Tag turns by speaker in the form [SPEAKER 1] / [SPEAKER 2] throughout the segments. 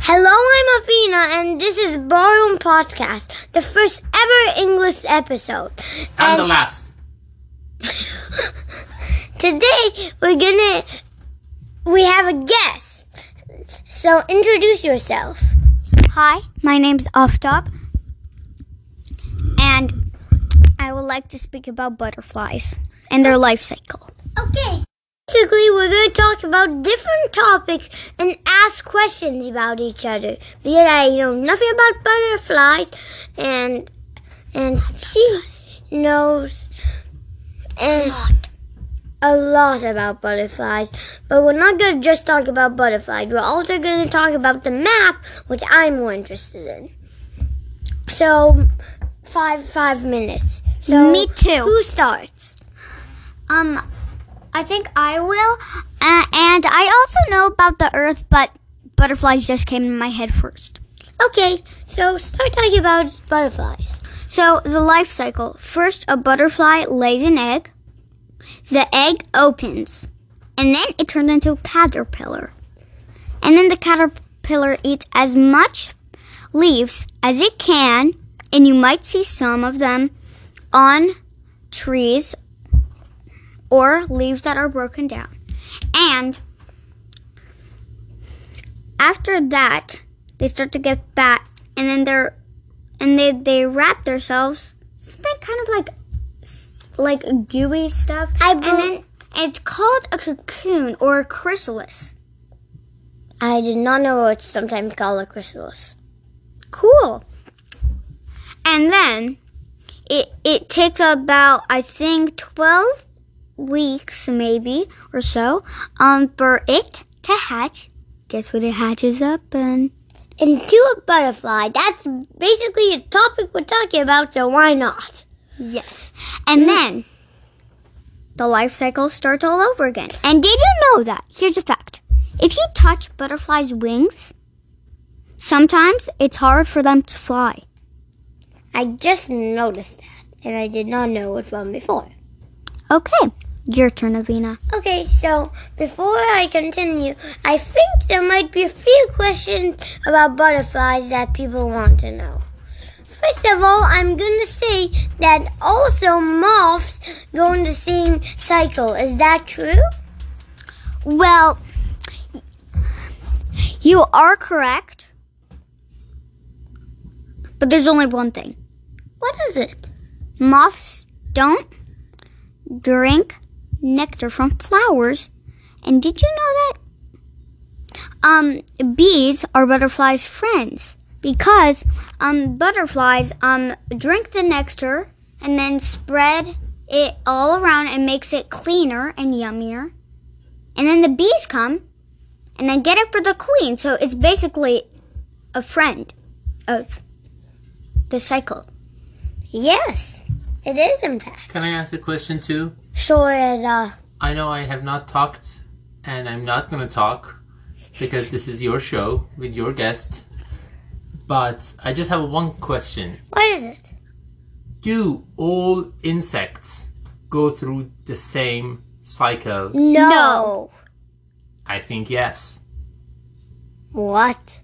[SPEAKER 1] Hello, I'm Avina, and this is Ballroom Podcast, the first ever English episode.
[SPEAKER 2] And the
[SPEAKER 1] And
[SPEAKER 2] last.
[SPEAKER 1] today we're gonna we have a guest. So introduce yourself.
[SPEAKER 3] Hi, my name's Oftop, and I would like to speak about butterflies and their life cycle.
[SPEAKER 1] Okay. Basically, we're going to talk about different topics and ask questions about each other because I know nothing about butterflies, and and she knows and a lot about butterflies. But we're not going to just talk about butterflies. We're also going to talk about the map, which I'm more interested in. So, five five minutes. So
[SPEAKER 3] Me too.
[SPEAKER 1] Who starts?
[SPEAKER 3] Um, I think I will, uh, and I also know about the Earth, but butterflies just came to my head first.
[SPEAKER 1] Okay, so start talking about butterflies.
[SPEAKER 3] So the life cycle: first, a butterfly lays an egg. The egg opens, and then it turns into a caterpillar, and then the caterpillar eats as much leaves as it can, and you might see some of them on trees or leaves that are broken down. And after that, they start to get fat, and then they're and they they wrap themselves something kind of like s- like gooey stuff.
[SPEAKER 1] I
[SPEAKER 3] and
[SPEAKER 1] bel-
[SPEAKER 3] then it's called a cocoon or a chrysalis.
[SPEAKER 1] I did not know it's sometimes called a chrysalis.
[SPEAKER 3] Cool. And then it it takes about I think twelve weeks maybe or so um for it to hatch. Guess what it hatches up in?
[SPEAKER 1] Into a butterfly. That's basically a topic we're talking about, so why not?
[SPEAKER 3] Yes. And then the life cycle starts all over again. And did you know that? Here's a fact. If you touch butterflies' wings, sometimes it's hard for them to fly.
[SPEAKER 1] I just noticed that, and I did not know it from before.
[SPEAKER 3] Okay, your turn, Avina.
[SPEAKER 1] Okay, so before I continue, I think there might be a few questions about butterflies that people want to know. First of all, I'm gonna say that also moths go in the same cycle. Is that true?
[SPEAKER 3] Well, you are correct. But there's only one thing
[SPEAKER 1] What is it?
[SPEAKER 3] moths don't drink nectar from flowers. And did you know that? Um, bees are butterflies' friends because um, butterflies um, drink the nectar and then spread it all around and makes it cleaner and yummier. And then the bees come and then get it for the queen. So it's basically a friend of the cycle.
[SPEAKER 1] Yes, it is in fact.
[SPEAKER 2] Can I ask a question too?
[SPEAKER 1] Sure uh, as a.
[SPEAKER 2] I know I have not talked, and I'm not gonna talk because this is your show with your guest. But I just have one question:
[SPEAKER 1] What is it?
[SPEAKER 2] Do all insects go through the same cycle?
[SPEAKER 1] No.
[SPEAKER 2] I think yes.
[SPEAKER 1] What?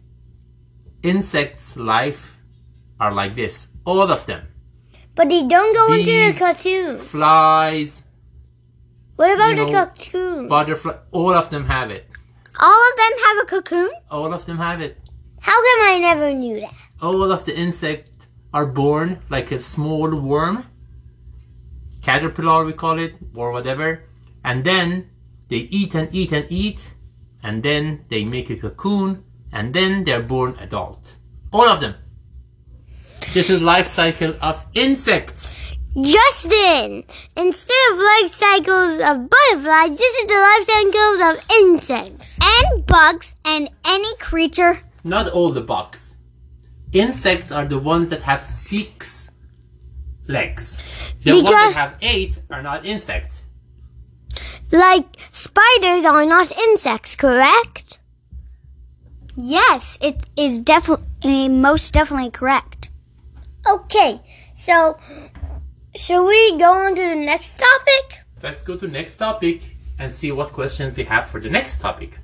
[SPEAKER 2] Insects' life are like this. All of them:
[SPEAKER 1] But they don't go into
[SPEAKER 2] Bees.
[SPEAKER 1] a cocoon.
[SPEAKER 2] flies,
[SPEAKER 1] What about
[SPEAKER 2] You
[SPEAKER 1] the
[SPEAKER 2] know,
[SPEAKER 1] cocoon?
[SPEAKER 2] butterfly. All of them have it.
[SPEAKER 3] All of them have a cocoon?
[SPEAKER 2] All of them have it.
[SPEAKER 1] How come I never knew that?
[SPEAKER 2] all of the insects are born like a small worm, caterpillar we call it, or whatever, and then they eat and eat and eat, and then they make a cocoon, and then they're born adult. All of them. This is life cycle of insects.
[SPEAKER 1] Justin, instead of life cycles of butterflies, this is the life cycles of insects.
[SPEAKER 3] And bugs and any creature.
[SPEAKER 2] Not all the bugs. Insects are the ones that have six legs. The ones that
[SPEAKER 1] Because-
[SPEAKER 2] have eight are not insects.
[SPEAKER 1] Like spiders are not insects, correct?
[SPEAKER 3] Yes, it is definitely most definitely correct.
[SPEAKER 1] Okay, so should we go on to the next topic?
[SPEAKER 2] Let's go to next topic and see what questions we have for the next topic.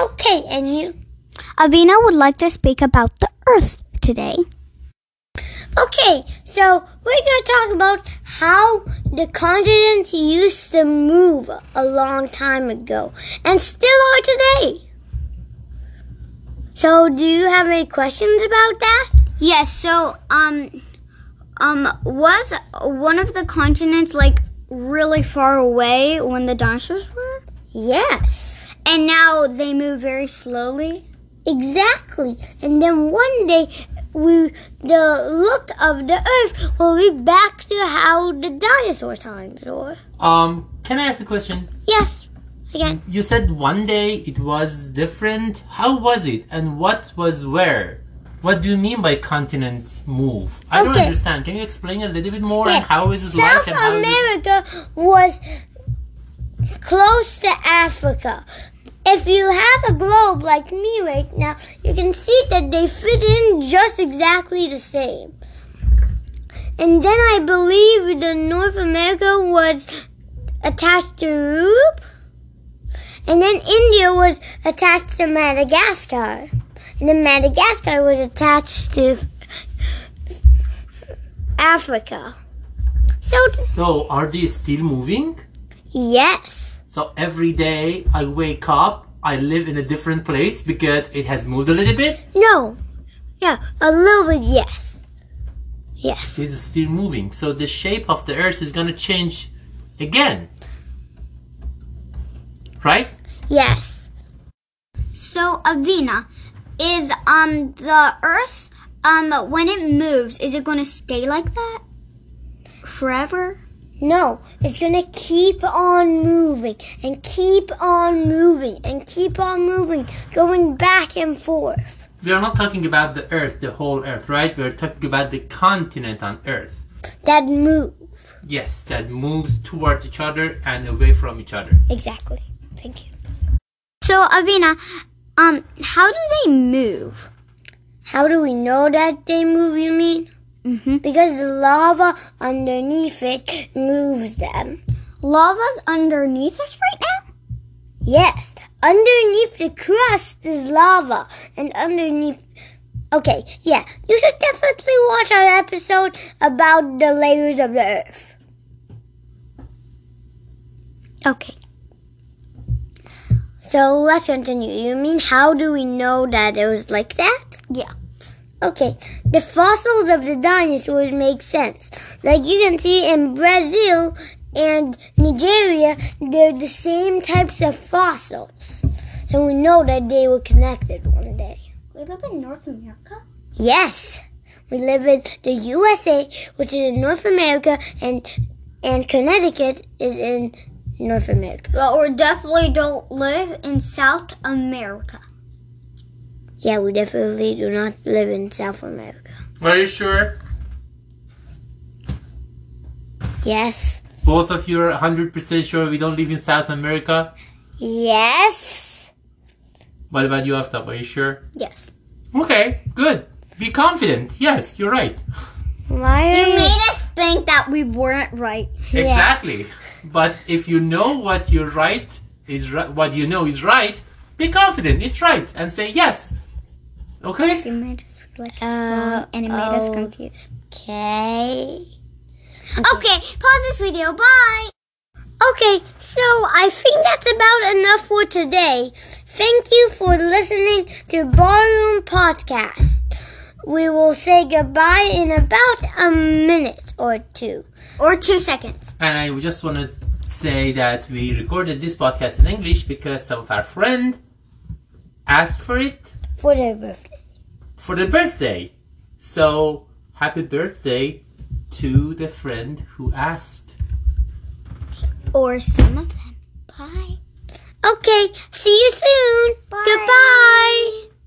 [SPEAKER 1] Okay, and you
[SPEAKER 3] Avina would like to speak about the earth today.
[SPEAKER 1] Okay, so we're going to talk about how the continents used to move a long time ago and still are today. So, do you have any questions about that?
[SPEAKER 3] Yes, so um um was one of the continents like really far away when the dinosaurs were?
[SPEAKER 1] Yes,
[SPEAKER 3] And now they move very slowly.
[SPEAKER 1] exactly. And then one day, we the look of the earth will be back to how the dinosaur times were.
[SPEAKER 2] Um, can I ask a question?
[SPEAKER 1] Yes, again.
[SPEAKER 2] You said one day it was different. How was it, and what was where? What do you mean by continent move? I don't
[SPEAKER 1] Okay.
[SPEAKER 2] understand. Can you explain a little bit more?
[SPEAKER 1] Yeah.
[SPEAKER 2] And how is it
[SPEAKER 1] South
[SPEAKER 2] like? And how is it-
[SPEAKER 1] America was close to Africa. If you have a globe like me right now, you can see that they fit in just exactly the same. And then I believe the North America was attached to Europe. And then India was attached to Madagascar. And then Madagascar was attached to Africa. So,
[SPEAKER 2] So are they still moving?
[SPEAKER 1] yes.
[SPEAKER 2] So every day I wake up, I live in a different place because it has moved a little bit.
[SPEAKER 1] No. Yeah, a little bit yes. Yes.
[SPEAKER 2] It's still moving. So the shape of the earth is gonna change again. Right?
[SPEAKER 1] Yes.
[SPEAKER 3] So Avina, is um the earth um when it moves, is it going to stay like that forever?
[SPEAKER 1] No, it's gonna keep on moving and keep on moving and keep on moving, going back and forth.
[SPEAKER 2] We are not talking about the earth, the whole earth, right? We're talking about the continent on earth.
[SPEAKER 1] That move.
[SPEAKER 2] Yes, that moves towards each other and away from each other.
[SPEAKER 1] Exactly. Thank you.
[SPEAKER 3] So Avina, um how do they move?
[SPEAKER 1] How do we know that they move, you mean?
[SPEAKER 3] Mhm.
[SPEAKER 1] Because the lava underneath it moves them.
[SPEAKER 3] Lava's underneath us right now?
[SPEAKER 1] Yes, underneath the crust is lava, and underneath. Okay, yeah, you should definitely watch our episode about the layers of the earth.
[SPEAKER 3] Okay.
[SPEAKER 1] So let's continue. You mean how do we know that it was like that?
[SPEAKER 3] Yeah.
[SPEAKER 1] Okay, the fossils of the dinosaurs make sense. Like you can see in Brazil and Nigeria, they're the same types of fossils. So we know that they were connected one day.
[SPEAKER 3] We live in North America.
[SPEAKER 1] Yes, we live in the USA, which is in North America, and and Connecticut is in North America.
[SPEAKER 3] But we definitely don't live in South America.
[SPEAKER 1] Yeah, we definitely do not live in South America.
[SPEAKER 2] Are you sure?
[SPEAKER 1] Yes,
[SPEAKER 2] Both of you are 100% sure we don't live in South America?
[SPEAKER 1] yes,
[SPEAKER 2] What about you, Aftab? Are you sure?
[SPEAKER 3] Yes.
[SPEAKER 2] Okay, good. Be confident. Yes, you're right.
[SPEAKER 1] why are
[SPEAKER 3] You
[SPEAKER 1] you?
[SPEAKER 3] made us think that we weren't right.
[SPEAKER 2] Exactly. But if you know what you're right is right, what you know is right, be confident. It's right, and say yes. Okay.
[SPEAKER 3] You made us feel like it's
[SPEAKER 1] Uh,
[SPEAKER 3] wrong, and it made us
[SPEAKER 1] oh.
[SPEAKER 3] confused.
[SPEAKER 1] okay.
[SPEAKER 3] Okay, pause this video. Bye.
[SPEAKER 1] Okay, so I think that's about enough for today. Thank you for listening to Barroom Podcast. We will say goodbye in about a minute or two.
[SPEAKER 3] Or two seconds.
[SPEAKER 2] And I just want to say that we recorded this podcast in English because some of our friend asked for it
[SPEAKER 1] For their birthday.
[SPEAKER 2] for the birthday. So happy birthday to the friend who asked.
[SPEAKER 3] Or some of them. Bye.
[SPEAKER 1] Okay, see you soon. Goodbye.